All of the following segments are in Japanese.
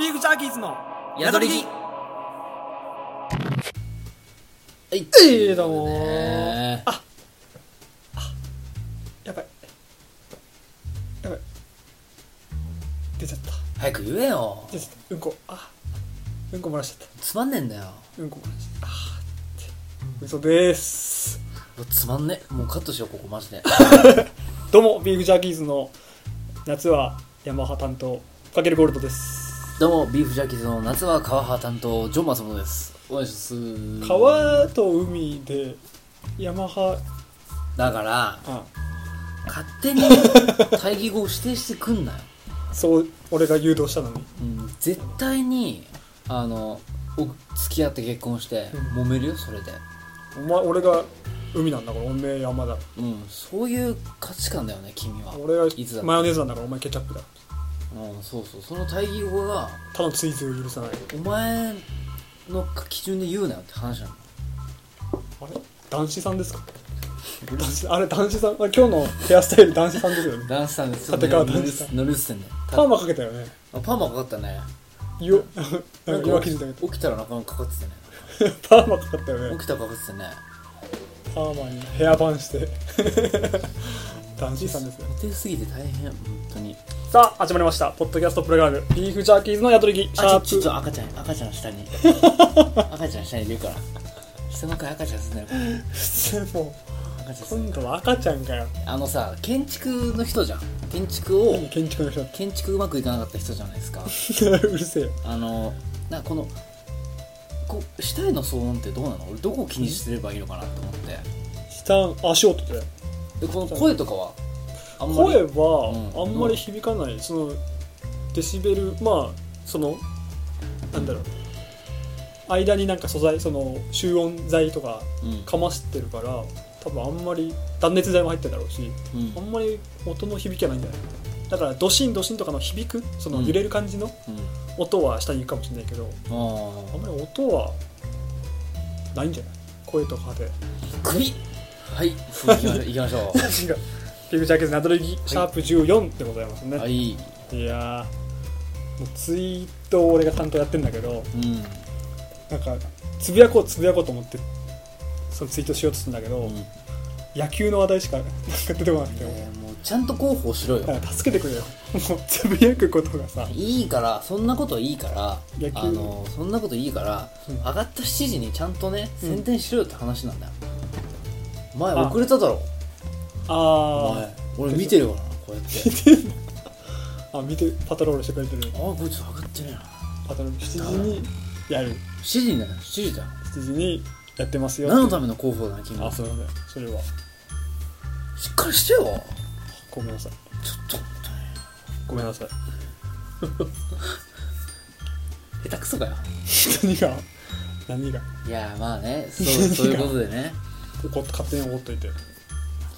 ビーフジャーキーズの宿り着はいええどうもねあやばいやばい出ちゃった早く言えよ出ちゃったうんこあうんこ漏らしちゃっつまんねえんだよたうんこ漏らしちゃったあーって嘘ですつまんねえもうカットしようここマジで どうもビーフジャーキーズの夏はヤマハ担当かけるゴールドですどうもビーフジャーキーズの夏は川派担当ジョン・マスモですお願いします川と海でヤマハだからあ勝 手に対義語を指定してくんなよ、そう俺が誘導したのにうん、絶対にあのお付き合って結婚してう揉めるよそれでお前俺が海なんだからおめえ山だうんそういう価値観だよね君は俺がいつだってマヨネーズなんだからお前ケチャップだうんそうそうその対義語が他の追随を許さないお前の基準で言うなよって話なのあれ男子さんですか男子あれ男子さんあ今日のヘアスタイル男子さんですよねダンスさんです立川談志さん乗り移ってんねパーマかけたよねあパーマかかったねよなんか今気づいたけ起きたらなかなかかってたねどパーマかかったよね起きたらかかってたねパーマにヘアバンして男子さんですよねモテすぎて大変本当にさあ始まりましたポッドキャストプログラムビーフジャーキーズの宿り着シャーあちプょちょっと赤ちゃん赤ちゃん下に赤ちゃん下にいるから下の階赤ちゃん住んでるもから赤ちゃんう住んで今度は赤ちゃんかよるあのさ建築の人じゃん建築を建築の人建築うまくいかなかった人じゃないですか うるせえよあのなんかこのこう下への騒音ってどうなの俺どこを気にすればいいのかなと思って下足音ででこの声とかはあんまり声はうんあんまり響かない、そのデシベルまあそのなんだろう間になんか素材その集音材とかうんかましてるから多分あんまり断熱材も入ってるだろうしうんあんまり音の響きはないんじゃないだからドシンドシンとかの響くそのうん揺れる感じのうん音は下に行くかもしれないけど、ああんまり音はないんじゃない声と かであ首はい行きましょう行きましょ違うピグチャーケーズナドルギシャープ14でござい ますね、うはいいやーもうツイートを俺が担当やってんだけどうんなんかつぶやこうつぶやこうと思ってそのツイートしようとするんだけど、うん野球の話題しかなん か出てこなくて、えーもうちゃんと広報しろよだから助けてくれよもうつぶやくことがさいいからそんなこといいから野球あのそんなこといいから、うん上がった7時にちゃんとねうん宣伝しろよって話なんだよ、お前あ遅れただろおあ前俺見てるよなこうやってー あ見てパトロールしてくれてるあこいつ上がってねえなパトロール7時にやる7時になる7時だよ7時にやってますよ何のための広報だね君あそうなんだよそれはしっかりしてよごめんなさいちょっと本ごめんなさい当に下手くそかよ 何が何がいやまあね そうそういうことでね怒っ勝手に怒っといて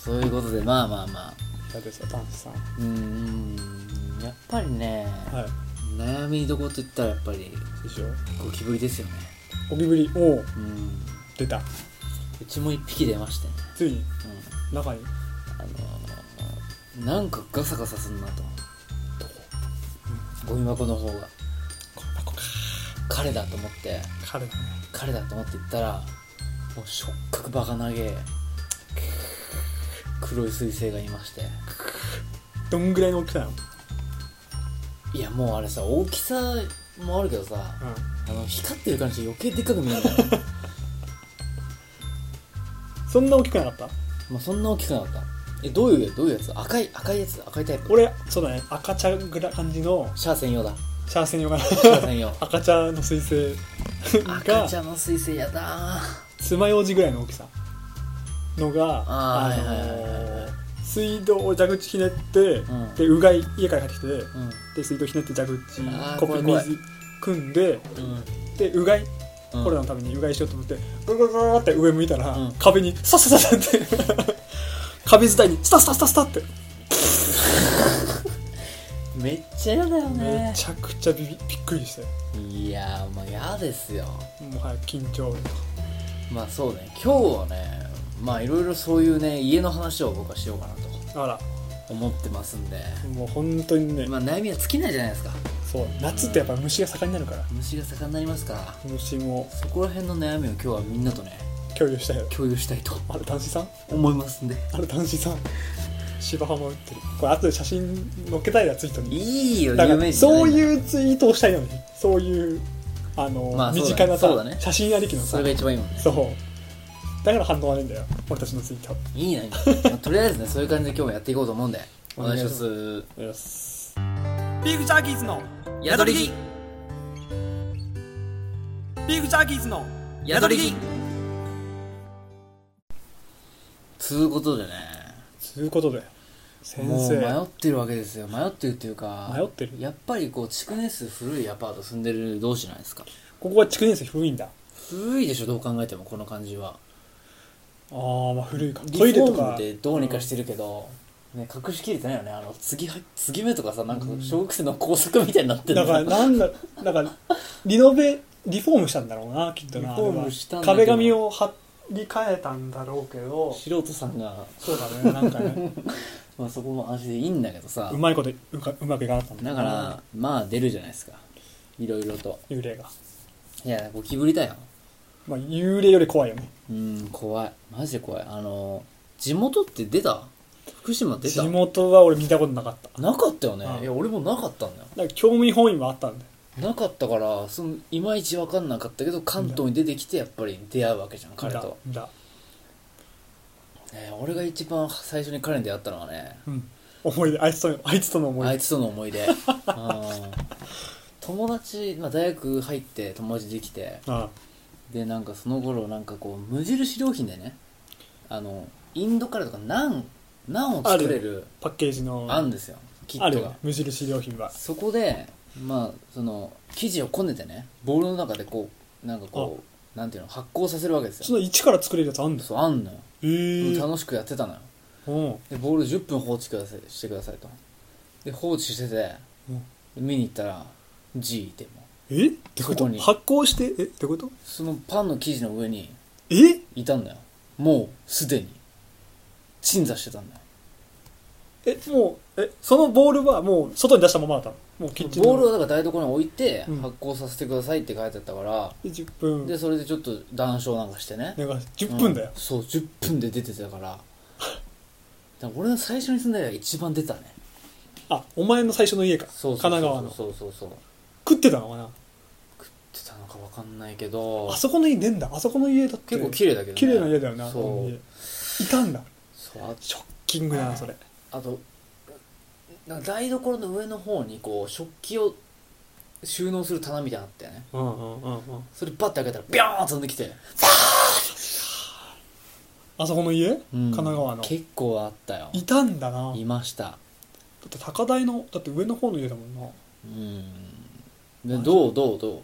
そういうことでまあまあまあだってさ男子さんうーんやっぱりね、はい悩みどころといったらやっぱりでしょゴキブリですよねゴキブリおおうん出たうちも一匹出ましてね、ついに中にうん、あのーなんかガサガサすんなとゴミ箱の方が彼だと思って彼だね彼だと思って行ったらもう触覚バカ投げ黒い彗星がいましてどんぐらいの大きさなのいやもうあれさ大きさもあるけどさうあの光ってる感じで余計でっかく見えるのよんそんな大きくなかった まあそんな大きくなかったえどういうやつどういうやつ赤い赤いやつ赤いタイプ俺そうだね赤茶ぐらい感じのシャー専用だシャー専用かな シャー専用赤茶の水星 赤がちゃんの彗星やだー爪楊枝ぐらいの大きさのがあーのーはいはいはいはい水道を蛇口ひねって、んでうがい家から帰ってきてうんで水道ひねって蛇口あーコップに怖い怖い水汲んでうんでうがいうんコロナのためにうがいしようと思ってゴロゴロゴロって上向いたら、うん壁にサッサッサッサッって 壁伝いにスタスタスタスタってめっちゃ嫌だよめねちゃくちゃびびびっくりしていやーまあ嫌ですよもはや緊張まあそうね今日はねまあいろいろそういうね家の話を僕はしようかなとあら思ってますんでもう本当にね、まあ悩みは尽きないじゃないですかそう夏ってやっぱ虫が盛んになるから虫が盛んになりますから虫もそこら辺の悩みを今日はみんなとね共有したよ共有したいとあれ男子さん思いますんであれ男子さん芝浜打ってるこれ後で写真載っけたいなツイートにいいよだか有名ら人じゃそなうういうツイートをしたいのにそういうあの、まあそ身うだね近なそうさ、だね写真ありきのそされが一番いいもんねそうだから反応はねえんだよ俺たちのツイートいいね、 まあとりあえずねそういう感じで今日もやっていこうと思うんでお願いしますおすビーフジャーキーズのやどりぎビーフジャーキーズのやどりぎつうことでねということで先もう生迷ってるわけですよ迷ってるっていうか迷ってるやっぱりこう築年数古いアパート住んでる同士じゃないですかここは築年数古いんだ古いでしょどう考えてもこの感じはあーまあ古いかリフトイレォとームかでどうにかしてるけど、ね、隠しきれてないよねあの継ぎは継ぎ目とかさなんか小学生の工作みたいになってるだからなんだだからリノベリフォームしたんだろうなきっとなリフォームしたんだけど壁紙を貼り替えたんだろうけど素人さんが、そうだねなんか ねまあ、そこも味でいいんだけどさうまいことうかうまくいかなかったんだからまあ出るじゃないですかいろいろと幽霊がいやゴキブリだよまあ幽霊より怖いよねうん怖いマジで怖いあの地元って出た福島出た地元は俺見たことなかったなかったよねうんいや俺もなかったんだよなんか興味本位もあったんでなかったからそのいまいち分かんなかったけど関東に出てきてやっぱり出会うわけじゃん彼だと、だね俺が一番最初に彼に出会ったのはねうん思い出あいつとあいつとの思いあ出いつとの思い 出うん友達、まあ、大学入って友達できてあでなんかその頃なんかこう無印良品でねあのインドカレーとかナンナンを作れるパッケージのあんですよキあッるトよがね無印良品はそこでまあその生地をこねてねボウルの中でこうなんかこうなんていうの発酵させるわけですそよの一から作れるやつあんだそうあんのよへえ楽しくやってたのようんでボール10分放置くださいしてくださいとで放置してて、見に行ったら G いてもえってこそとこに発酵してえってことそのパンの生地の上にえいたんだよもうすでに鎮座してたんだよえもうえそのボールはもう外に出したままだったのもうキッチンのボールをだから台所に置いてうん発酵させてくださいって書いてあったから、で10分でそれでちょっと談笑なんかしてね、なんか10分だようん、そう10分で出てたからだから俺の最初に住んだ家が一番出たねあお前の最初の家かそうそうそう神奈川のそうそうそう食ってたのかな出たのか分かんないけどあそこの家出んだあそこの家だって結構綺麗だけど、ね、綺麗な家だよなあのそ家ういたんだそうあショッキングだなそれあとなんか台所の上の方にこう食器を収納する棚みたいなのあってねうんうんうんうんそれバッて開けたらビョーン飛んできて、あそこの家、うん神奈川の結構あったよいたんだなだっいましたて高台のだって上の方の家だもんなうんでどうどうどう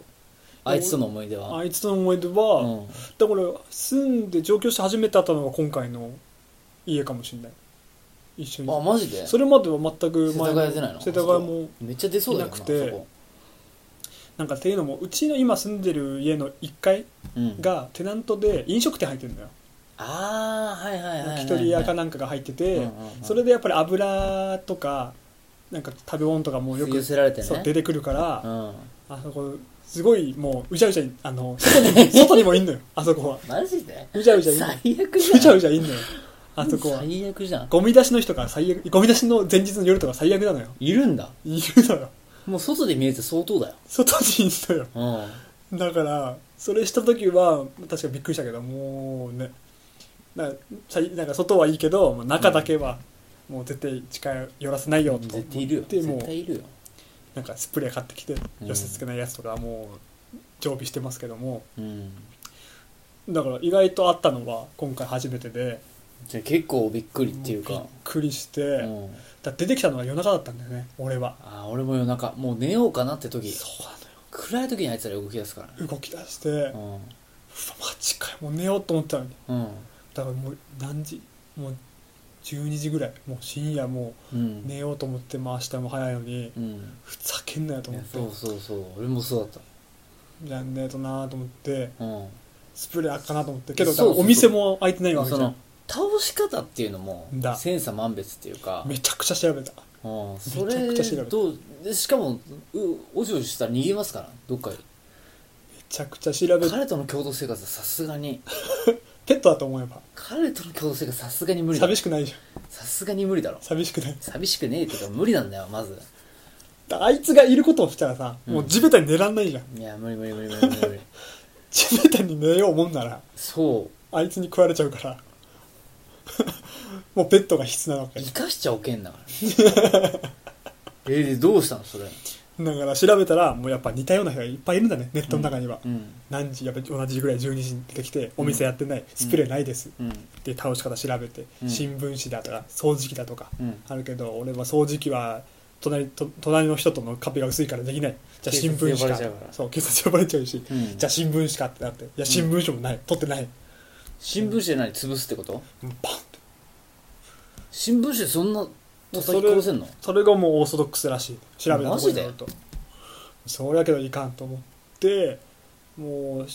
あいつとの思い出はあいつの思い出うは、んだから住んで上京して初めて会ったのが今回の家かもしれない一緒あにマジでそれまでは全く世田の谷出ないの世田谷もめっちゃ出そうだよいななくてそこなんかっていうのもうちの今住んでる家の1階うんがテナントで飲食店入ってるんだよああはいはいはいはいはい焼き鳥屋かなんかが入ってて、うんうんうんそれでやっぱり油とかなんか食べ物とかもよ吸いく寄せられてねそう出てくるから、うんあそこすごいもううじゃうじゃいあの外に外にもいんのよあそこはマジでうじゃうじゃいんのよ最悪じゃんうじゃうじゃいんのよあそこは最悪じゃんゴミ出しの日とか最悪ゴミ出しの前日の夜とか最悪なのよいるんだいるのよもう外で見えて相当だよ外にいんのようんだからそれした時は確かびっくりしたけどもうねなさなんか外はいいけどもう中だけはもう絶対近寄らせないよと絶対いるよでもう絶対いるよなんかスプレー買ってきてうん寄せつけないやつとかもう常備してますけどもうんだから意外とあったのは今回初めてでじゃあ結構びっくりっていうびっかくりして、うんだ出てきたのが夜中だったんだよね俺はあー俺も夜中もう寝ようかなって時そう暗い時にあいつら動き出すからねなのよ動き出して、うわマジかよもう寝ようと思ってたのにうんうんだからもう何時もう12時ぐらいもう深夜もううん寝ようと思ってまあ明日も早いのにうんふざけんなよとい思やってそうそうそう俺もそうだっやんねえとなあと思ってたうんスプレーあっかなと思ってけどそうそうそうお店も開いてないわけそじゃのん倒し方っていうのもだ千差万別っていうかめちゃくちゃ調べたああそめちゃれくちゃ調べたどうでしかもうおしおししたら逃げますからどっかへめちゃくちゃ調べて彼との共同生活はさすがにペットだと思えば彼との共同生活さすがに無理だ寂しくないじゃんさすがに無理だろ寂しくない寂しくねえっていうか無理なんだよまずあいつがいることをしたらさ、もう地べたに寝らんないじゃんいや無理無理無理無理無理無理地べたに寝ようもんならそあいつに食われちゃうから もうペットが必須なわうけ生かしちゃおけんだからえーでどうしたのそれだから調べたらもうやっぱ似たような人がいっぱいいるんだねネットの中には、うん何時やっぱ同じ時ぐらい12時に出てきてお店やってない、スプレーないです、うんで倒し方調べて、うん新聞紙だとか掃除機だとかうんあるけど俺は掃除機は隣と隣の人との壁が薄いからできないじゃあ新聞紙警察呼ばれかちゃうからそう警察呼ばれちゃうし、うんじゃあ新聞紙かってなっていや新聞紙もない、取ってない新聞紙で何潰すってことバンって新聞紙でそんな叩きそれ殺せんのそれがもうオーソドックスらしい調べたとマころジにでよるとそれやけどいかんと思っても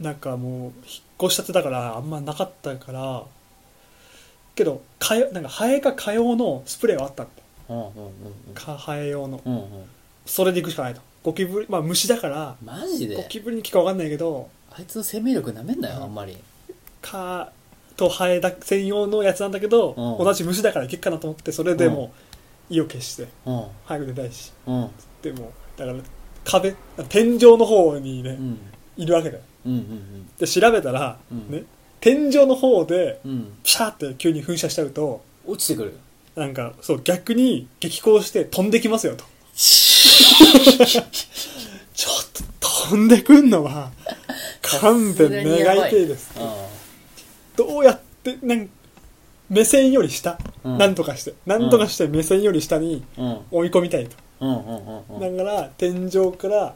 うなんかもう引っ越しちゃってたからあんまなかったからけどかよなんかハエか蚊用のスプレーはあったってうんうんうん蚊ハエ用のうんうんうんそれで行くしかないとゴキブリまあ虫だからマジゴでキブリに効くか分かんないけどあいつの生命力なめんなうよんあんまり蚊とハエだ専用のやつなんだけど、うん同じ虫だからいけっかなと思ってそれでもう意を決してうん早く出たいしうんでもだから壁天井の方にね、うんいるわけだようんうんで調べたら、うんね、天井の方でうんうんピシャーって急に噴射しちゃうと落ちてくるなんかそう逆に激高して飛んできますよ とちょっと飛んでくんのは勘弁願いてえですどうやってなん目線より下、うんなんとかしてなんとかして目線より下にうんうん追い込みたいと、うんうんうんうんだから天井から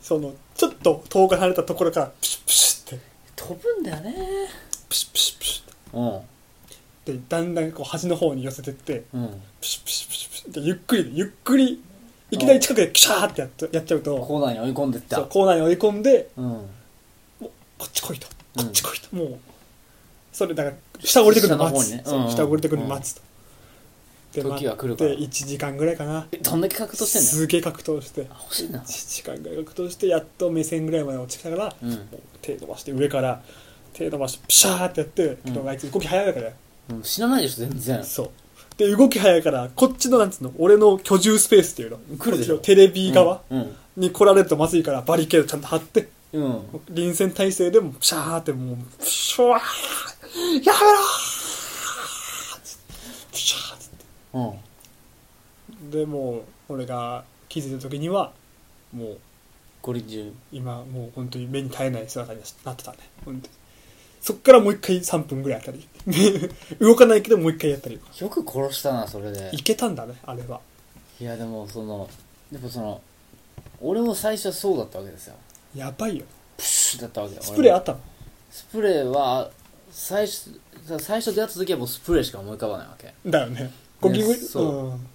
そのちょっと遠く離れたところからプシュップシュッって飛ぶんだよねプシュップシュップシュッってうんでだんだんこう端の方に寄せてってうんプシュプシュプシュプシュってゆっくりゆっくりいきなり近くでクシャーってやっとやっちゃうとコーナーに追い込んでっそたうコーナーに追い込んでうんこっち来いとうこんっち来いと、もうそれだから下降りてくるの待つ下の方にねそううん下降りてくるの待つと、うん時は来るから待って1時間ぐらいかなえどんだけ格闘してんだよすげえ格闘してあ欲しいな1時間ぐらい格闘してやっと目線ぐらいまで落ちてきたから、うんもう手伸ばして上から手伸ばしてピシャーってやって、けどあいつ動き早いからうん知らないでしょ全然そう。で、動き早いから、こっちの、なんつうの、俺の居住スペースっていうの。来るでしょこっちのテレビ側うんに来られるとまずいから、バリケードちゃんと張って、うん臨戦態勢でも、シャーってもう、プシュワーやめろーつってプシャーつっうんて。で、もう、俺が気づいた時には、もう、ゴリ中今、もう本当に目に耐えない姿になってたね。本当にそっからもう一回3分ぐらいやったり。動かないけどもう一回やったり。よく殺したなそれでいけたんだね、あれは。いやでもそのでもその俺も最初はそうだったわけですよやばいよ。プシュッだったわけよスプレーあ俺もったのスプレーは最初最初出会った時はもうスプレーしか思い浮かばないわけだよねゴキブリねそううん、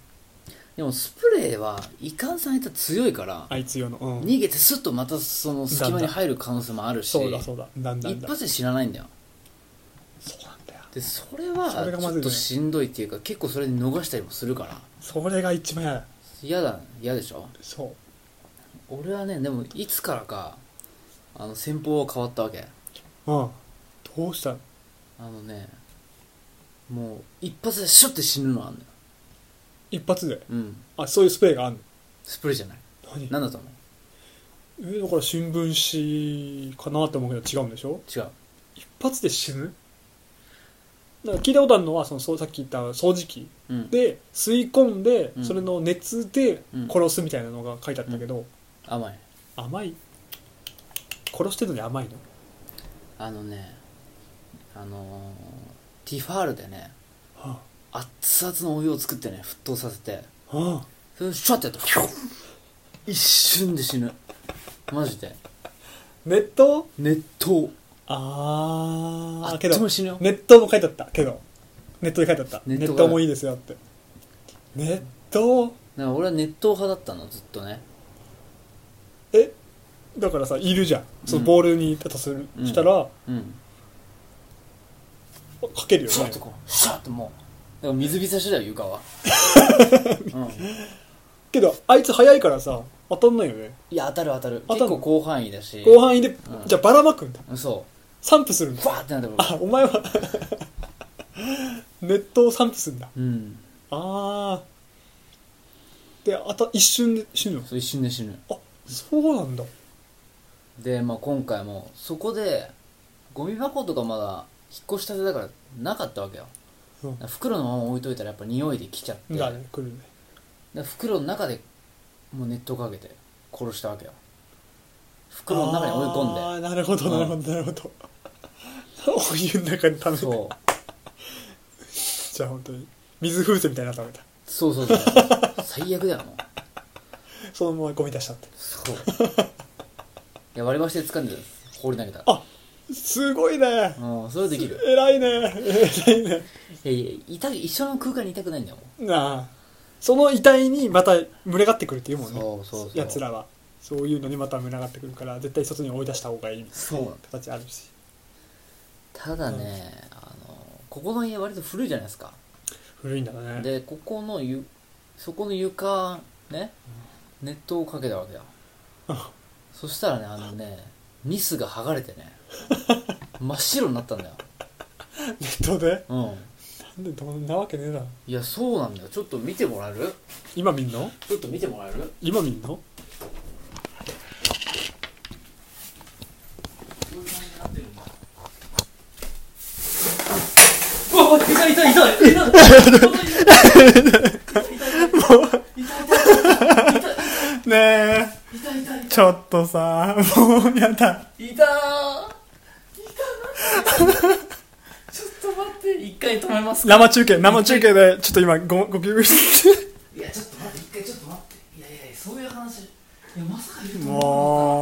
でもスプレーはいかんさんあいつは強いからあいつ用の、うん、逃げてスッとまたその隙間に入る可能性もあるしそうだそうだだんだん一だ発で知らないんだよそうなんだよでそれはそれがちまずいょねっとしんどいっていうか結構それで逃したりもするからそれが一番嫌だ嫌だ嫌でしょそう俺はねでもいつからかあの戦法は変わったわけうんどうしたのあのねもう一発でシュッて死ぬのあんのよ一発でうんあそういうスプレーがあんのスプレーじゃない何何だと思えだから新聞紙かなと思うけど違うんでしょう違う一発で死ぬだから聞いたことあるのはそのそうさっき言った掃除機うんで吸い込んで、うんそれの熱でうん殺すみたいなのが書いてあったけど、甘い甘い殺してるのに甘いのあのねあのーティファールでねは熱々のお湯を作ってね沸騰させてあ、はあ、それシュッてやったらヒュン一瞬で死ぬマジで熱湯熱湯あああっけどちも死ぬよネットも書いてあったけどネットで書いてあったネネットッがトもいいですよってネットだから俺は熱湯派だったのずっとねえだからさいるじゃんそのボールにいたとする、うんしたらうん書けるよシュッねとこうシュッともうから水浸しだよ床 は、うん、けどあいつ早いからさ当たんないよねいや当たる当たる当たる結構広範囲だし広範囲で、んじゃあばらまくんだそ散布するんうだバーってなってもあお前は ネットを散布するんだうんああであた一瞬で死ぬのそう一瞬で死ぬあそうなんだで、まあ、今回もそこでゴミ箱とかまだ引っ越したてだからなかったわけようんだから袋のまま置いといたらやっぱ匂いで来ちゃってだね来るねで袋の中でもう熱湯かけて殺したわけよ袋の中に追いあ込あなるほどうんなるほどなるほどお湯の中に溜んでめてそうじゃあ本当に水風船みたいなの溜めたそうそうそう最悪だよもうそのままゴミ出したってそういや割り箸で掴んで放り投げたあすごいねうんそれはできる偉いね偉いねいやいやいた一緒の空間にいたくないんだよもなあその遺体にまた群れがってくるって言うもんねそうそうそうやつらはそういうのにまた群がってくるから絶対外に追い出した方がいいみたいなそう形あるしただね、あのここの家割と古いじゃないですか古いんだねでここのゆそこの床ね熱湯をかけたわけだそしたらねあのねニスが剥がれて ね真っ白になったんだよネットでうんなんでどんなわけねえないやそうなんだよちょっと見てもらえる今見んのちょっと見てもらえる今見んのうわっ痛い痛い痛い痛い痛いねえちょっとさもうやだ痛いたーいたーちょっと待って一回止めますか生中継生中継でちょっと今ごご気分していやちょっと待って一回ちょっと待っていやいやいやそういう話いやまさか言うと思わ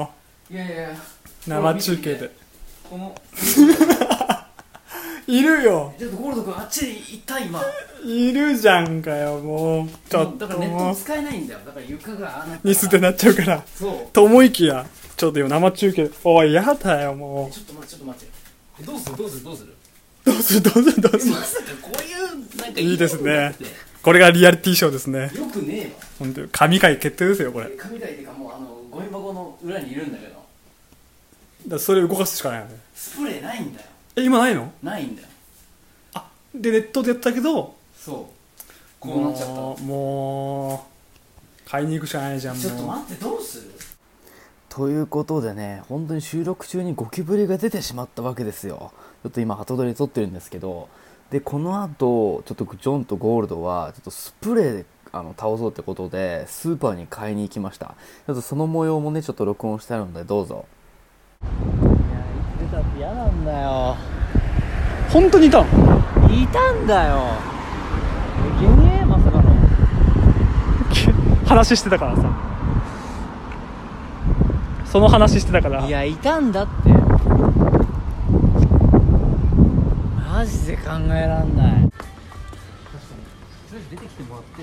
なかったもいやいやいやう生中継でこのいるよちょっとゴールド君あっちで行った今いるじゃんかよもうちょっだとからネッもトう使えないんだよだから床があなミスでなっちゃうからそうと思いきやちょっと今生中継おいやだよもちょっと待ってちょっと待ってえどうするどうするどうす るうどうするどうするどうえすまるさかこういうなんかいいですねよくなこれがリアリティショーですねくてよくね本当に神回決定ですよこえれわだか神台っていうかもうあのゴミ箱の裏にいるんだけどらそれ動かすしかないよねスプレーないんだよえ今ないのないんだよあでネットでやったけどそうこうなっちゃもっうもう買いに行くしかないじゃんたもうちょっと待ってどうするということでね本当に収録中にゴキブリが出てしまったわけですよちょっと今鳩取り撮ってるんですけどでこの後ちょっとジョンとゴールドはちょっとスプレーであの倒そうってことでスーパーに買いに行きましたちょっとその模様もねちょっと録音してあるのでどうぞいやいつ出たって嫌なんだよ本当にいたのいたんだよえげねえまさかの話してたからさその話してたからいやいたんだってマジで考えらんない確かにとりあえず出てきてもらって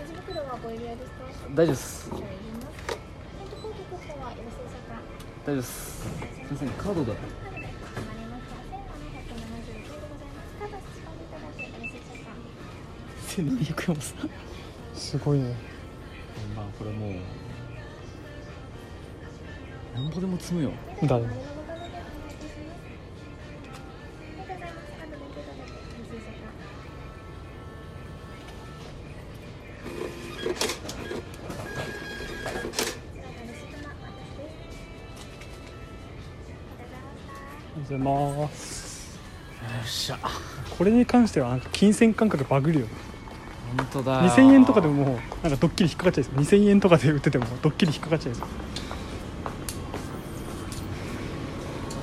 レジ袋はご入り用ですか大丈夫です入りますペットコートとかはよろしいでしょうか大丈夫ですすいませんカードでカードでかしこまりました1779でございますカード差し込んでいただいてよろしいでしょうか1200円もさすごいねまあこれもうなんぼでも積むよだね丸のご家族でお願いいたしますありがとうございますカードで受け取ってよろしいでしょうかこちらのレシートは私ですありがとうございましたじゃあまあよっしゃこれに関してはなんか金銭感覚バグるよ本当だ2000円とかでももうなんかドッキリ引っかかっちゃいそう2000円とかで売っててもドッキリ引っかかっちゃいそう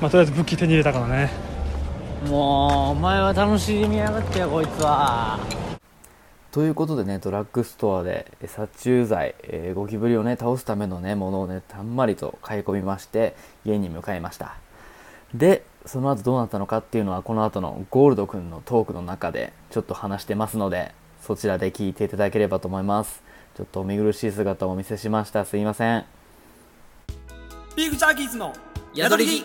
まあとりあえず武器手に入れたからねもうお前は楽しみやがってよこいつはということでねドラッグストアでえ殺虫剤、えーゴキブリをね倒すためのねものをねたんまりと買い込みまして家に向かいましたでその後どうなったのかっていうのはこの後のゴールドくんのトークの中でちょっと話してますのでそちらで聞いていただければと思いますちょっとお見苦しい姿をお見せしましたすいませんビーフジャーキーズの宿り着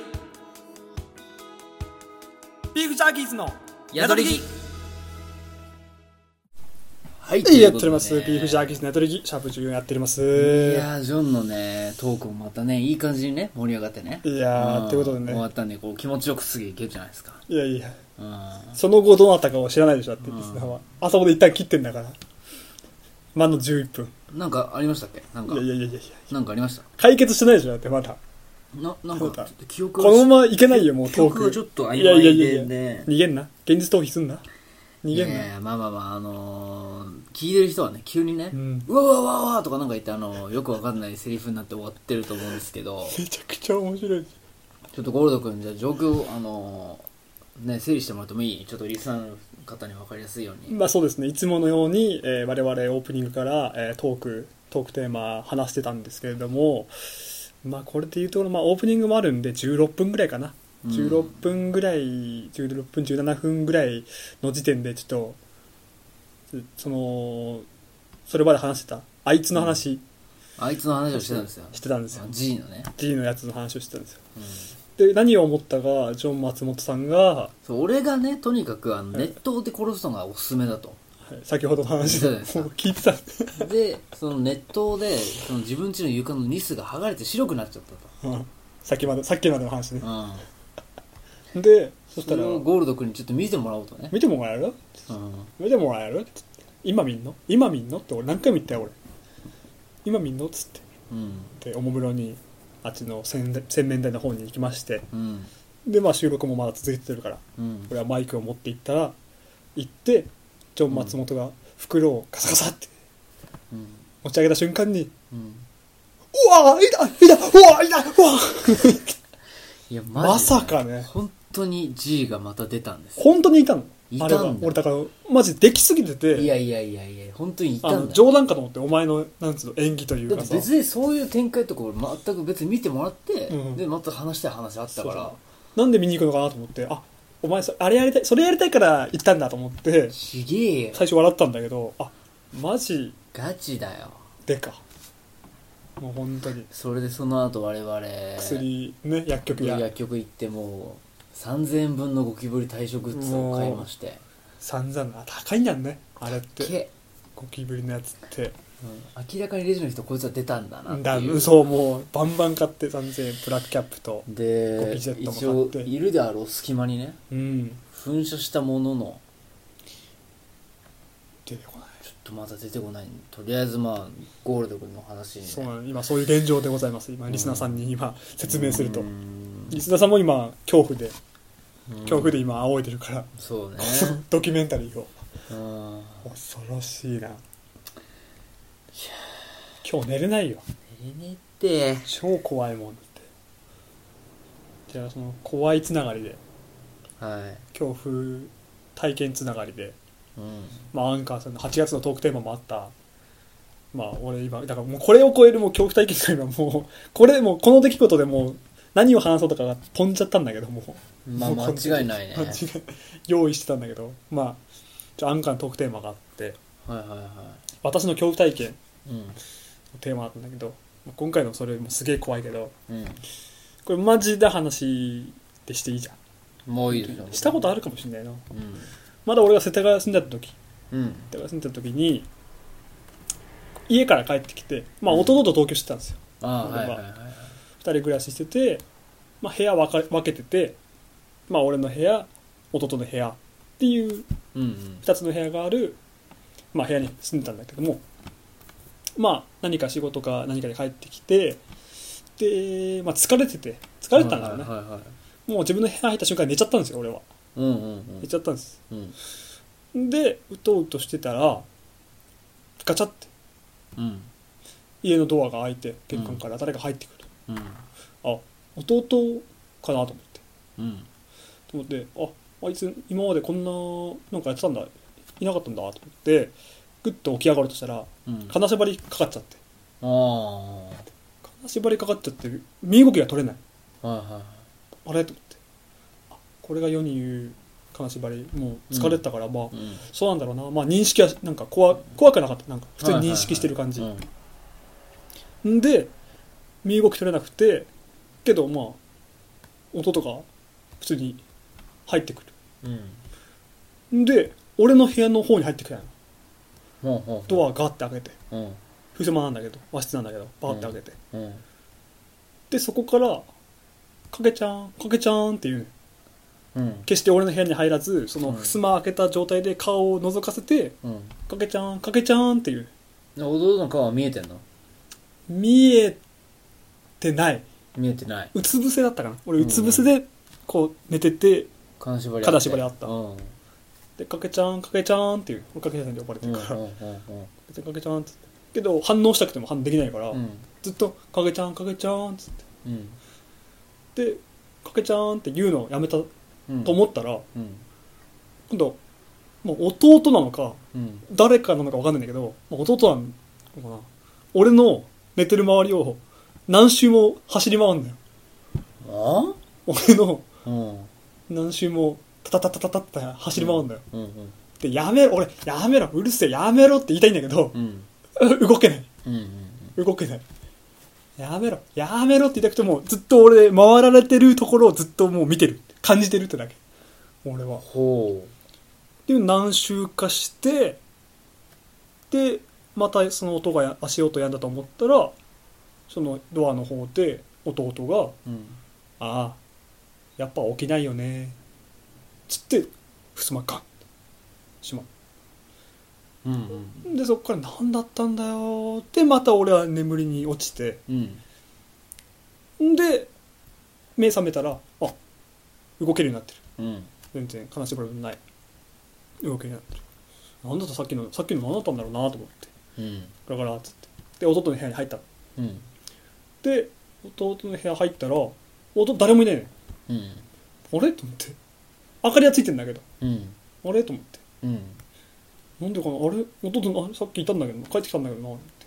ビーフジャーキーズの宿り着はいいやっております。ということビーでフジャーキーズネトリギ、シャープ14やっております。いやージョンのねトークもまたねいい感じにね盛り上がってねいやーんということでね終わったんでこう気持ちよくすげえいけるじゃないですかいやいや、うんその後どうなったかを知らないでしょ、だって、リスナーは。あそこで一旦切ってんだから。まだ11分。なんかありましたっけなんいかやいやいやいやなんかありました解決してないでしょ、だってまだ。ななんそうかだちょっと記憶こがのままいけないよ、もう記トー憶ク。がちょっと曖昧いでねやいやいやいや逃げんな。現実逃避すんな。逃げんな。ねえまあまあまああのー聞いてる人はね急にね、ううんわうわうわうわとかなんか言ってあのーよくわかんないセリフになって終わってると思うんです けどめちゃくちゃ面白い。ちょっとゴールド君じゃあ状況をあのーね整理してもらってもいいちょっとリスナーの方にわかりやすいようにまあそうですね、いつものように、えー我々オープニングから、えートーク、トークテーマ話してたんですけれども、まあこれでいうところ、まあオープニングもあるんで16分ぐらいかな。うん16分ぐらい、16分、17分ぐらいの時点でちょっと、その、それまで話してた、あいつの話あいつの話をしてたんですよしてたんですよあ。G のね、 G のやつの話をしてたんですよ。うんで、何を思ったか、ジョン・松本さんが、そう俺がねとにかくあのネットで殺すのがおすすめだとはい先ほどの話で、そうもうで聞すかいてたんで。でそのネットでその自分家の床のニスが剥がれて白くなっちゃったとうんさっきまで、さっきまでの話ね。うん、で、そしたそれら、をゴールド君にちょっと見てもらおうとね、見てもらえるうん、見てもらえるつって今見んの今見んのって俺何回も言ったよ俺今見んのっつっうんてでおもむろにあっちの洗面洗面台の方に行きましてうんでまあ収録もまだ続いてるからうん俺はマイクを持って行ったら行ってジョン・松本が袋をカサカサってうん持ち上げた瞬間にうん「うわーいたいたうわーいたうわーいやマジでまさかね本当に G がまた出たんです本当にいたのいたあんれだは俺だからマジできすぎてていやいやいやいや本当にいたあんのだ冗談かと思ってお前のなんつうの演技というだかっさて別にそういう展開とか俺全く別に見てもらって、うんでまた話したい話あったかそうらなんで見に行くのかなと思ってあお前そあれやりたいそれやりたいから行ったんだと思ってすげえよ最初笑ったんだけどあマジガチだよでかもう本当にそれでその後我々薬ね薬局や薬局行ってもう3000円分のゴキブリ対処グッズを買いまして散々あ高いんだねあれってけ、ゴキブリのやつってうん明らかにレジの人こいつは出たんだなってだいうそうもうバンバン買って3000円ブラックキャップとゴでキジェット一も応買っているであろう隙間にねうん噴射したものの出てこないちょっとまだ出てこないとりあえずまあゴールド君の話に、ね、そうなの今そういう現状でございます今リスナーさんに今説明するとうんリスナーさんも今恐怖でうん恐怖で今仰いでるからそうね ドキュメンタリーをうん恐ろしいな今日寝れないよ寝れねえって超怖いもんだってじゃあその怖いつながりでは恐怖体験つながりで、い、うん、まあ、アンカーさんの8月のトークテーマもあったまあ俺今だからもうこれを超えるもう恐怖体験が今もうこれもうこの出来事でもう何を話そうとかが飛んじゃったんだけどもうまあもうこの時間違いないね間違い用意してたんだけどまあじゃあアンカーのトークテーマがあってはいはいは私の恐怖体験いうんテーマだったんだけど今回のそれもすげえ怖いけどうんこれマジで話でしていいじゃんもういいでしょしたことあるるかもしれないなうんまだ俺が世田谷住んでた時うん世田谷住んでた時に家から帰ってきて、まあ、弟と同居してたんですよ、ああ俺はいははいはい二2人暮らししてて、まあ、部屋分かれ分けてて、まあ、俺の部屋弟の部屋っていううんうん2つの部屋がある、まあ、部屋に住んでたんだけどもまあ何か仕事か何かで帰ってきてで、まあ、疲れてて疲れてたんだよね、はいはいはいはいもう自分の部屋入った瞬間に寝ちゃったんですよ俺はうんうんうん寝ちゃったんですうんでうとうとしてたらガチャってうん家のドアが開いて玄関から誰か入ってくる、うんあ弟かなと思ってうんと思ってああいつ今までこんななんかやってたんだいなかったんだと思ってグッと起き上がろうとしたらうん金縛りかかっちゃってああはい金縛りかかっちゃって身動きが取れないはあれと思ってあこれが世に言う金縛りもう疲れてたから、まあいうんそうなんだろうなまあ認識はなんか怖怖くはなかったなんか普通に認識してる感じ、はいはいんで身動き取れなくてけどまあ音とか普通に入ってくるはいうんで俺の部屋の方に入ってくれんのほうほうドアガッて開けてアうん襖なんだけど和室なんだけどバーって開けて、うんでそこから「かけちゃんかけちゃん」って言うのうん決して俺の部屋に入らずそのうん襖開けた状態で顔を覗かせてうん「かけちゃんかけちゃん」って言うで弟の顔は見えてんのの見えてない見えてないうつ伏せだったかな俺うつ伏せでこう寝てて金縛り金縛りあったうんうんでかけちゃんかけちゃんっていう俺かけちゃんで呼ばれてうんるうから、んうんでかけちゃんっつってけど反応したくても反応できないから、うんずっと「かけちゃんかけちゃん」っつっうんてで「かけちゃん」って言うのをやめたとうん思ったら、うん今度もう弟なのかうん誰かなのか分かんないんだけど、まあ、弟なのかな俺の寝てる周りを何周も走り回るんだよあ俺のうん何周もタタタタタタって走り回るんだよ、うんうんでやめろ俺やめろうるせえやめろって言いたいんだけど う、ん動けないうんうん動けないやめろやめろって言いたくてもずっと俺回られてるところをずっともう見てる感じてるってだけ俺はほで何周かしてでまたその音がや足音やんだと思ったらそのドアの方で弟がううん「ああやっぱ起きないよね」つって襖ガンってしまうんうんうでそっから「何だったんだよ」でまた俺は眠りに落ちてうんんで目覚めたらあ動けるようになってるうん全然悲しいことない動けるようになってるなんだったさっきのさっきの何だったんだろうなと思ってうんだからっつってで弟の部屋に入ったのうんで弟の部屋入ったら弟誰もいないのようんあれと思って明かりはついてんだけどうんあれと思ってうんなんでかなあれ弟のあれさっきいたんだけどな帰ってきたんだけどなって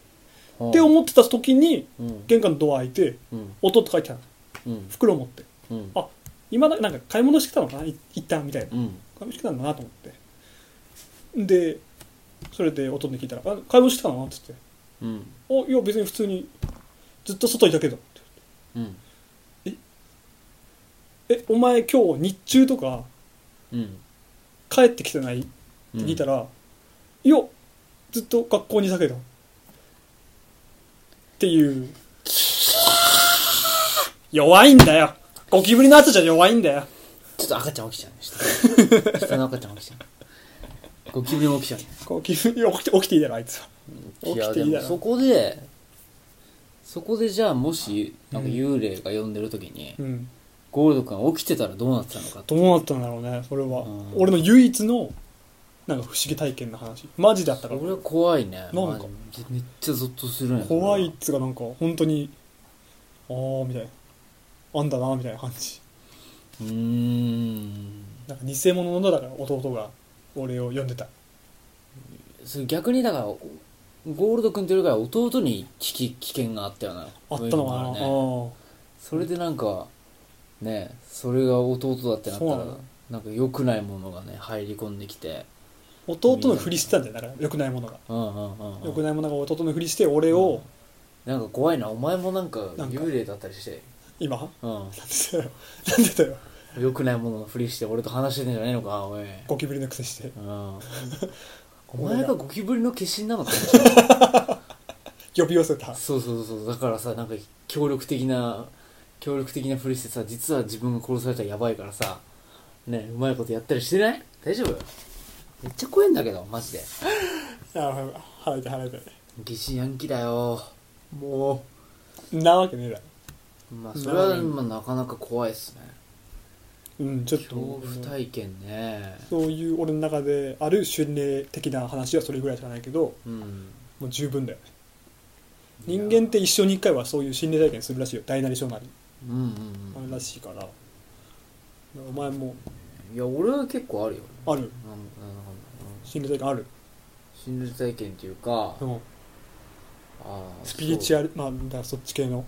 ほうって思ってた時にうん玄関のドア開いてうん弟帰ってきたのうん袋持ってうんあ今だなんか買い物してきたのかない一旦みたいなうん買い物してきたんだなと思ってでそれで弟に聞いたら「あ買い物してきたの?」っつってうん「あいや別に普通にずっと外いたけど」うんえお前今日日中とかうん帰ってきてない?」って聞いたら「いやずっと学校にいたけど」っていう弱いんだよゴキブリの後じゃ弱いんだよちょっと赤ちゃん起きちゃうね下下の赤ちゃん起きちゃうゴキブリも起きちゃうねゴキブリ起きて起きていいだろあいつは起きていいいだろやでもそこでそこでじゃあもしなんか幽霊が呼んでる時に、うんゴールド君起きてたらどうなってたのかとどうなったんだろうねそれはうん俺の唯一のなんか不思議体験の話マジだったから俺は怖いねなんかマジめっちゃゾッとするね怖いっつうかなんか本当にああみたいなあんだなみたいな感じうーんなんか偽物のだから弟が俺を呼んでたそれ逆にだからゴールド君というよりかは弟に危機危険があったよなあったのかな、そういうのがあるねそれでなんかねそれが弟だってなっそたうらなのなんか良くないものがね入り込んできてあー弟のふりしてたんだよだから良くないものがうんうんうんうん良くないものが弟のふりして俺をなんか怖いなお前もなんかなんか幽霊だったりして今なんでうんだよなんでだよ良くないもののふりして俺と話してんじゃないのかおいゴキブリのくせしてう んお俺前ががゴキブリの化身なのか呼び寄せたそうそうそうだからさなんか協力的な協力的なふりしてさ実は自分が殺されたらやばいからさねうまいことやったりしてない大丈夫めっちゃ怖いんだけどマジでああ腹痛い腹痛い疑心暗鬼だよもなわけねえだろうまあそれはうんまあなかなか怖いっすねうんちょっ恐と怖体験ねそういう俺の中である心霊的な話はそれぐらいしかないけどうんもう十分だよね人間って一生に一回はそういう心霊体験するらしいよ大なり小なりうんうんあうるんらしいからお前もいや俺は結構あるよあるなんなんかうん心霊体験ある心霊体験っていうかでもあースピリチュアルまあだからそっち系の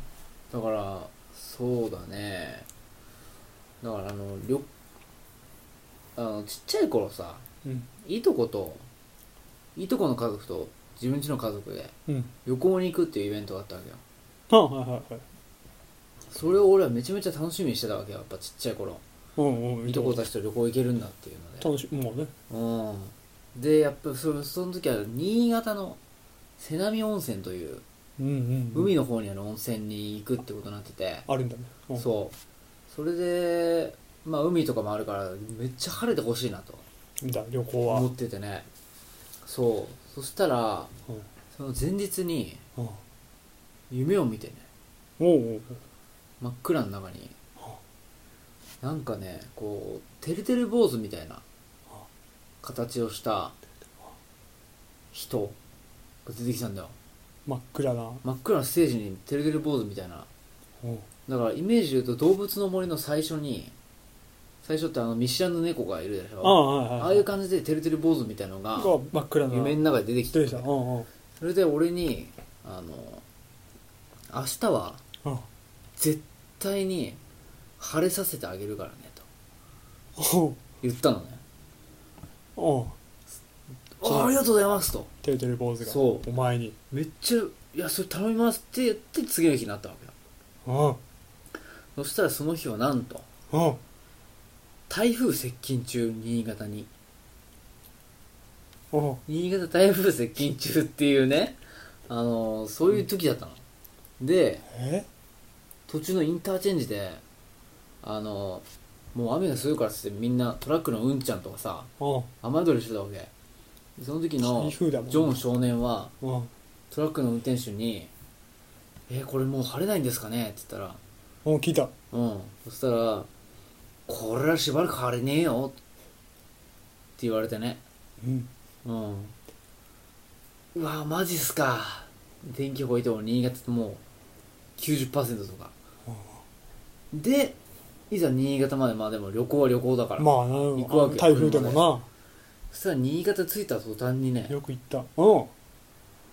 そうだからそうだねだからあの旅あのちっちゃい頃さうんいとこといとこの家族と自分家の家族でうん旅行に行くっていうイベントがあったわけよはいはいはいはいそれを俺はめちゃめちゃ楽しみにしてたわけよやっぱちっちゃい頃うんうんいとこたちと旅行行けるんだっていうので楽しいもうねうん、でやっぱそその時は新潟の瀬波温泉といううんうん、うん、海の方にある温泉に行くってことになってて、あるんだね、うん、そうそれで、まあ、海とかもあるからめっちゃ晴れてほしいなとうだ旅行は、う思んっててねそうそしたらその前日にうん、夢を見てねおうおう真っ暗の中になんかねこうてるてる坊主みたいな形をした人が出てきたんだよ真っ暗な、真っ暗なステージにてるてる坊主みたいなうん、だからイメージで言うと動物の森の最初に最初ってあの見知らぬ猫がいるでしあょああはいはい、はい、あいう感じでてるてる坊主みたいのがが真っ暗な夢の中で出てき出てきてたうんうんそれで俺にあの明日はうん絶対に晴れさせてあげるからねとおう言ったのねおうそうあありがとうございますとてるてる坊主がそうお前にめっちゃいやそれ頼みますって言って次の日になったわけようんうんそしたらその日はなんと台風接近中新潟にうん新潟台風接近中っていうねあのそういう時だったの、でえ途中のインターチェンジであのもう雨がするからっつってみんなトラックのうんちゃんとかさうん雨宿りしてたわけでその時の台ジ風だもんョン少年はうんトラックの運転手に「えこれもう晴れないんですかね?」って言ったらうん聞いた「うん」そしたら「これはしばらく晴れねえよ」って言われてねうんうんうわマジっすか天気予報いても新潟ってもう90%とかでいざ新潟までまあでも旅行は旅行だから、まあなん行くわけ台風でもそしたら新潟着いた途端にねなよく行ったうん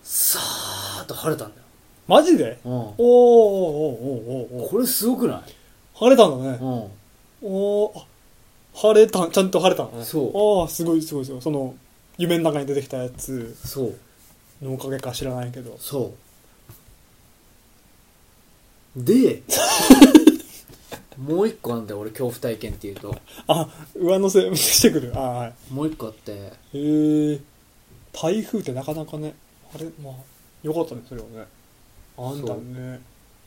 さーっと晴れたんだマジでよ、おーおーおーうおーおん、ーこれすごくない、晴れたんだねうおーあ晴れたちゃんと晴れたのねそうああすごいすごいすごいその夢の中に出てきたやつん、そうのおかげか知らないけどそうで もう一個あんだよ俺恐怖体験っていうとあ上乗せしてくるあーはいもう一個あってへえ台風ってなかなかねあれまあよかったねそれはねあんだね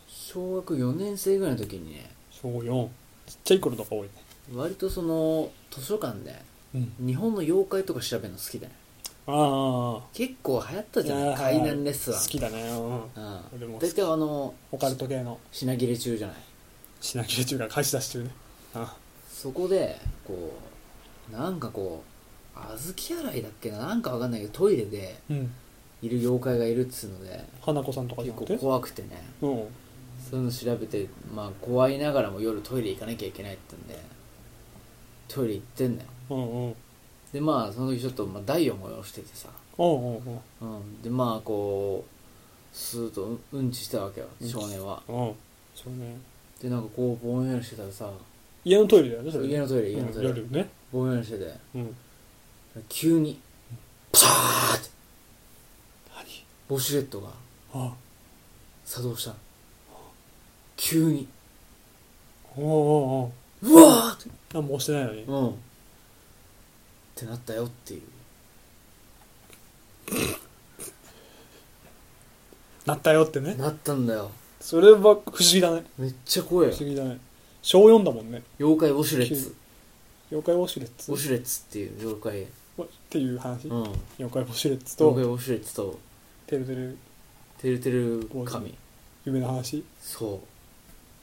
小学4年生ぐらいの時にね小4ちっちゃい頃とか多いね割とその図書館でうん日本の妖怪とか調べるの好きだねああ結構流行ったじゃないいやー怪談レッスン好きだねうん俺うんも好き大体あのオカルト系の品切れ中じゃない品切れ中が貸し出してるねあそこでこうなんかこう小豆洗いだっけななんかわかんないけどトイレでうんいる妖怪がいるっつうので花子さんとかじ結ゃなくて構怖くてねうんそういうの調べてまあ怖いながらも夜トイレ行かなきゃいけないってんでトイレ行ってんだようんうんでまあその時ちょっとまあ台を催しててさうんうんうんうん、でまあこうスーッとうんうんちしたわけようんち少年はうんそうねでなんかこうぼんやりしてたらさ家のトイレだよねそれ家のトイレ家のうんトイレ、夜ねぼんやりしててうん急にパシャーって何ボシュレットがあ作動したの急におうおうおううわーって何も押してないのにうんってなったよっていうなったよってねなったんだよそれは不思議だねめっちゃ怖いよ不思議だね小4だもんね妖怪ウォシュレッツ妖怪ウォシュレッツウォシュレッツっていう妖怪っていう話、うん妖怪ウォシュレッツ妖怪とウォシュレッツとてるてるてるてるウォシュレ神夢の話そ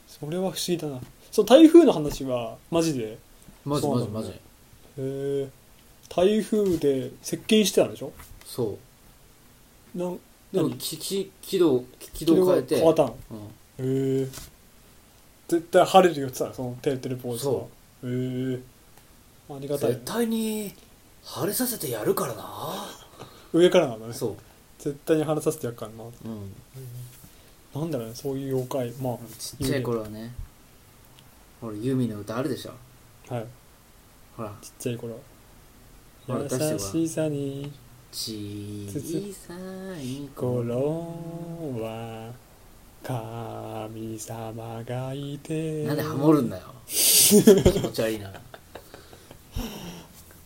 それは不思議だなその台風の話はマジでへうマジそうマなジんだマジえ台風で接近してたんでしょそうなんでも何きき軌道軌道変えて変わったのうん、へえ絶対晴れるよって言ってたのそのてるてるポーズはそへえありがたいね絶対に晴れさせてやるからな上からなんだねそ絶対に晴れさせてやっからなう、うん、なんだろうねそういう妖怪まちっちゃい頃はねほらユーミンの歌あるでしょあはいほらちっちゃい頃ほら出して優ごらんしさに小さい頃頃は神様がいてなんでハモるんだよ気持ち悪 いな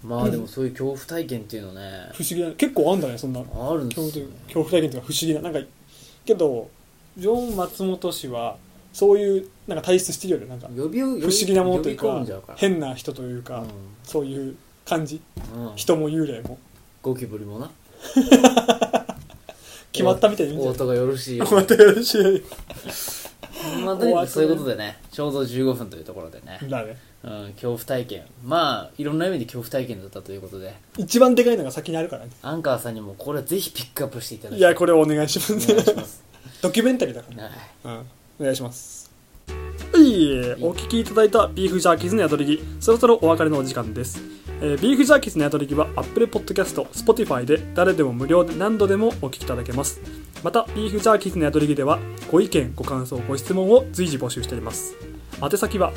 まあでもそういう恐怖体験っていうのね不思議な結構あんだねそんなあるんです恐怖よ、ね、恐怖体験というか不思議ななんかけどジョン松本氏はそういうなんか体質してるよりなんか呼び不思不思議なものという呼び込かんじゃうから変な人というか、そういう感じうんうん、人も幽霊もゴキブリもな決まったみたいに言うんおじ音がよろし いゃないまたよろしいまあ、とにかくそういうことでねちょうど15分というところでね、だねうん、恐怖体験まあいろんな意味で恐怖体験だったということで一番でかいのが先にあるからねアンカーさんにもこれはぜひピックアップしていただきたいいやこれお願いしまお願いすします、 ドキュメンタリーだからねはいうんお願いしますはいお聞きいただいたビーフジャーキーズの宿り着そろそろお別れのお時間です、えービーフジャーキーズの宿り着は Apple Podcast、Spotify で誰でも無料で何度でもお聞きいただけますまたビーフジャーキーズの宿り着ではご意見ご感想ご質問を随時募集しております宛先は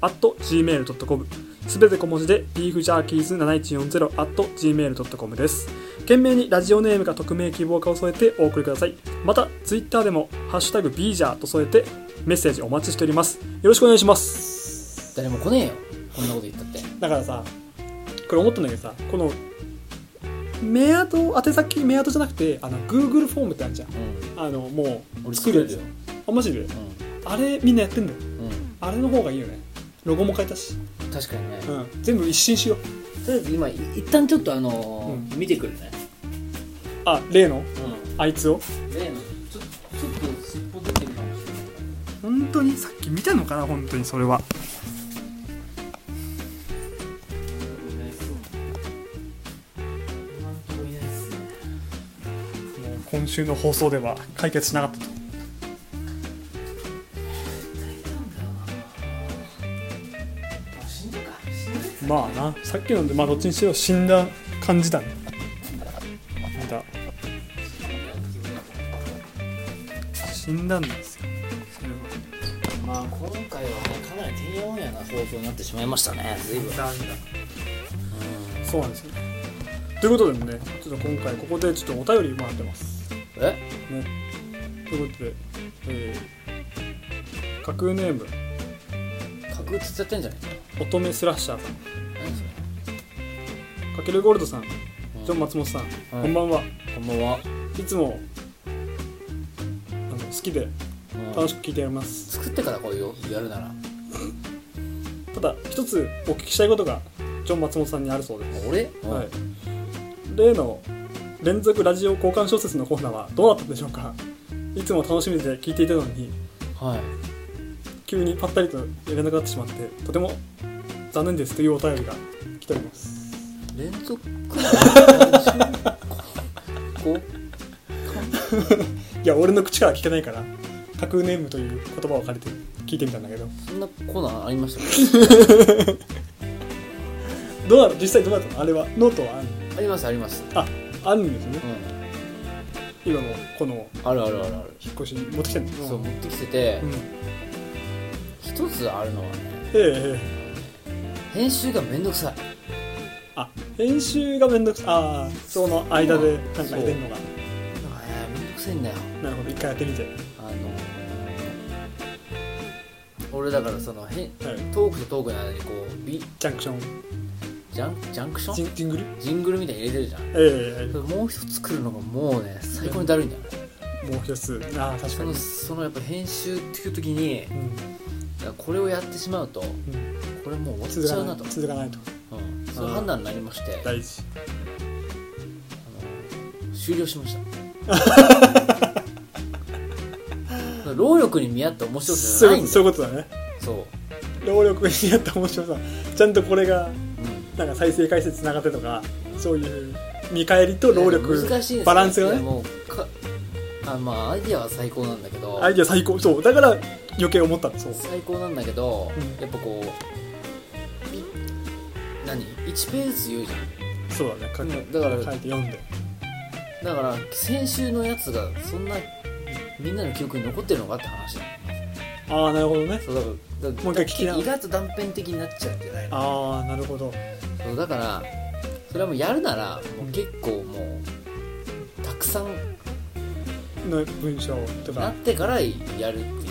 beefjerkis7140.gmail.com すべて小文字でビーフジャーキーズ 7140.gmail.com です件名にラジオネームか匿名希望かを添えてお送りくださいまたツイッターでも「ハッシュタグビージャー」と添えてメッセージお待ちしておりますよろしくお願いします誰も来ねえよこんなこと言ったってだからさこれ思ったんだけどさこのメアド宛先メアドじゃなくてあの Google フォームってあるじゃんうあのもんう俺作作るれやつるよあマジでうあれみんなやってんだよん、うん、あれの方がいいよねロゴも変えたし、確かにね、うん、全部一新しようとりあえず今一旦ちょっとあのー見てくるねあ例のうあいつをん例のちょちょっとすっぽ出てるかもしれない本当にさっき見たのかな本当にそれは今んとこいないっすねもう今週の放送では解決しなかったとあ死んだか死んだまあなさっきのでまあどっちにしろ死んだ感じだねなんだ死んだんですよそれはまあ今回はねかなりてんやわんやな放送になってしまいましたね随分残念そうなんですよということでねちょっと今回ここでちょっとお便りもらってますえねということで、えー、架空ネーム格打つちゃってんじゃない乙女スラッシャーさん何それかけるゴールドさんジうんョン松本さん、うんこんばんはこんばんはいつもあの好きでうん楽しく聞いております作ってからこういうやるならただ一つお聞きしたいことがジョン松本さんにあるそうです、俺はい、例の連続ラジオ交換小説のコーナーはどうだったんでしょうかいつも楽しみで聞いていたのにはい急にぱったりとやれなくなってしまってとても残念ですというお便りが来ております連続こういや俺の口から聞けないから架空ネームという言葉を借りて聞いてみたんだけどそんなコーナーありましたかどうだった実際どうだったのあれはノートはあるありますありますああるんですねうん今もうこのあるあるあるある引っ越し持ってきてるのそう持ってきててうん、え一つあるのはねえええ編集がめんどくさいあ編集がめんどくさいああその間でなんか入れるのがなんかねめんどくさいんだよなるほど一回やってみてあのー俺だからそのへんトークとトークの間にこうビジャンクションジャンジャンクシジョンンジングルジングルみたいに入れてるじゃんえそれもう一つ作るのがもうね最高にだるいんだよねえもう一つああ確かそにのそのやっぱ編集っていう時にこれをやってしまうとうん、うん、これもう終わっ続ちゃかうなないと、続かないとうん、そういう判断になりましてあの大事終了しました 労力に見合った面白さじそゃうないいうんことそだよういうことだねそう労力にやった面白さちゃんとこれがうんなんか再生回数つながってとかそういう見返りと労力難しいんですよバランスがいやねもうかあまあアイディアは最高なんだけどアイデア最高そうだから余計思ったのそう最高なんだけど、うんやっぱこうい何1ページ言うじそうだね書ゃん、いて,、だから書いて読んでだから先週のやつがそんなみんなの記憶に残ってるのかって話ああなるほどねそうだからだもう一回聞き直す意外と断片的になっちゃってないああなるほどそうだからそれはもうやるならもう結構もうたくさんの文章となっかてからやるっていう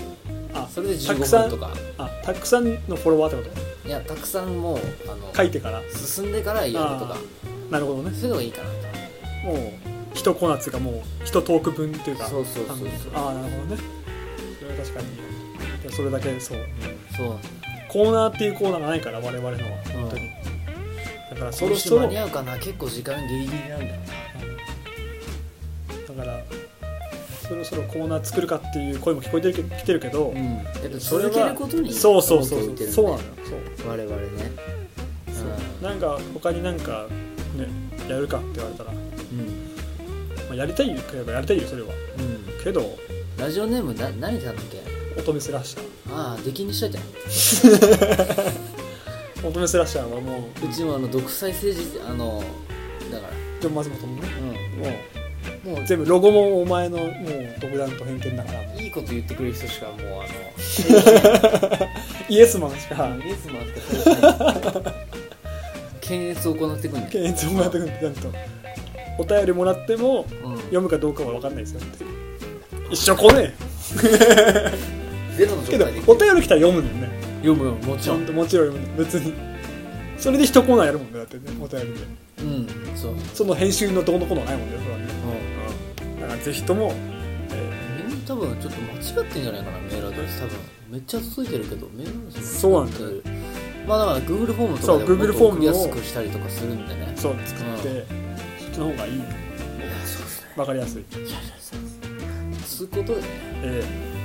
あそれでたくさ15分んとかあたくさんのフォロワーってこいやたくさんもうあのと書いてから進んでからやるとかあなるほどねそういうのがいいかなもう一コーナーっていうかもう一トーク分っていうかそうそうそうそうああなるほどねそれは確かにでもそれだけそうそうなんだコーナーっていうコーナーがないから我々のは本当に、だからそろそ間ろに合うかな結構時間ギリギリなんだよだからそろそろコーナー作るかっていう声も聞こえてるけきてるけど、うんだけどそれは続けることにそうそうそう重きを置いてるんだそうなよのよそう我々ねそうなんか他になんかねやるかって言われたら、まうんうんあ、やりたいければやりたいよそれはうんけどラジオネームな何だっけ乙女スラッシャああ出禁にしといてー乙女スラッシャーはもううちもあの独裁政治あのだからでも松本もねうんもうもう全部ロゴもお前のもう独断と偏見だからもういいこと言ってくれる人しかもうあイエスマンしかのイエスマンとか 検閲を行ってくんね検閲もらってくるんでなんとお便りもらってもうん読むかどうかは分かんないですよって一生来ねゼロのえ状け態どでお便り来たら読むんだよね読むよもちちろゃんんともちろん読む別にそれで一コーナーやるもんねだってねお便りでうんそうその編集のどうのこうのないもんねそれはねうだからぜひとも、えんみんな多分ちょっと間違ってんじゃないかなメールアドレス多分めっちゃ続いてるけどメールアドレスそうなんだよ間違ってるまあだから Google フォームとかでそう Google もっと送りフォームやをすくしたりとかするんでねーそう作って、そっちの方がいいいやそうですね分かりやすい、いやいやそうですそういうことでねえ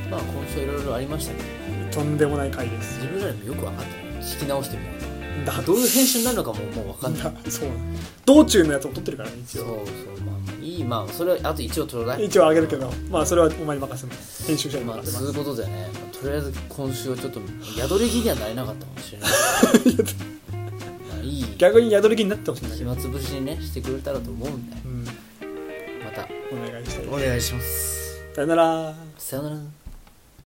まあ今週いろいろありましたけどーとんでもない回です自分らでもよく分かってない聞き直してみようだどういう編集になるのかももう分かんないだそう道中のやつも撮ってるからね一そう応そうまあいいまあそれはあと一応ちょうだい一応あげるけどまあそれはお前に任せます編集者にまあ任せまそういうすことでねとりあえず今週はちょっと宿り気にはなれなかったかもしれな いまあいい逆に宿り気になってほしいんだけど暇つぶしにねしてくれたらと思うんでうんまたお願いしたいお願いしますさよならさよなら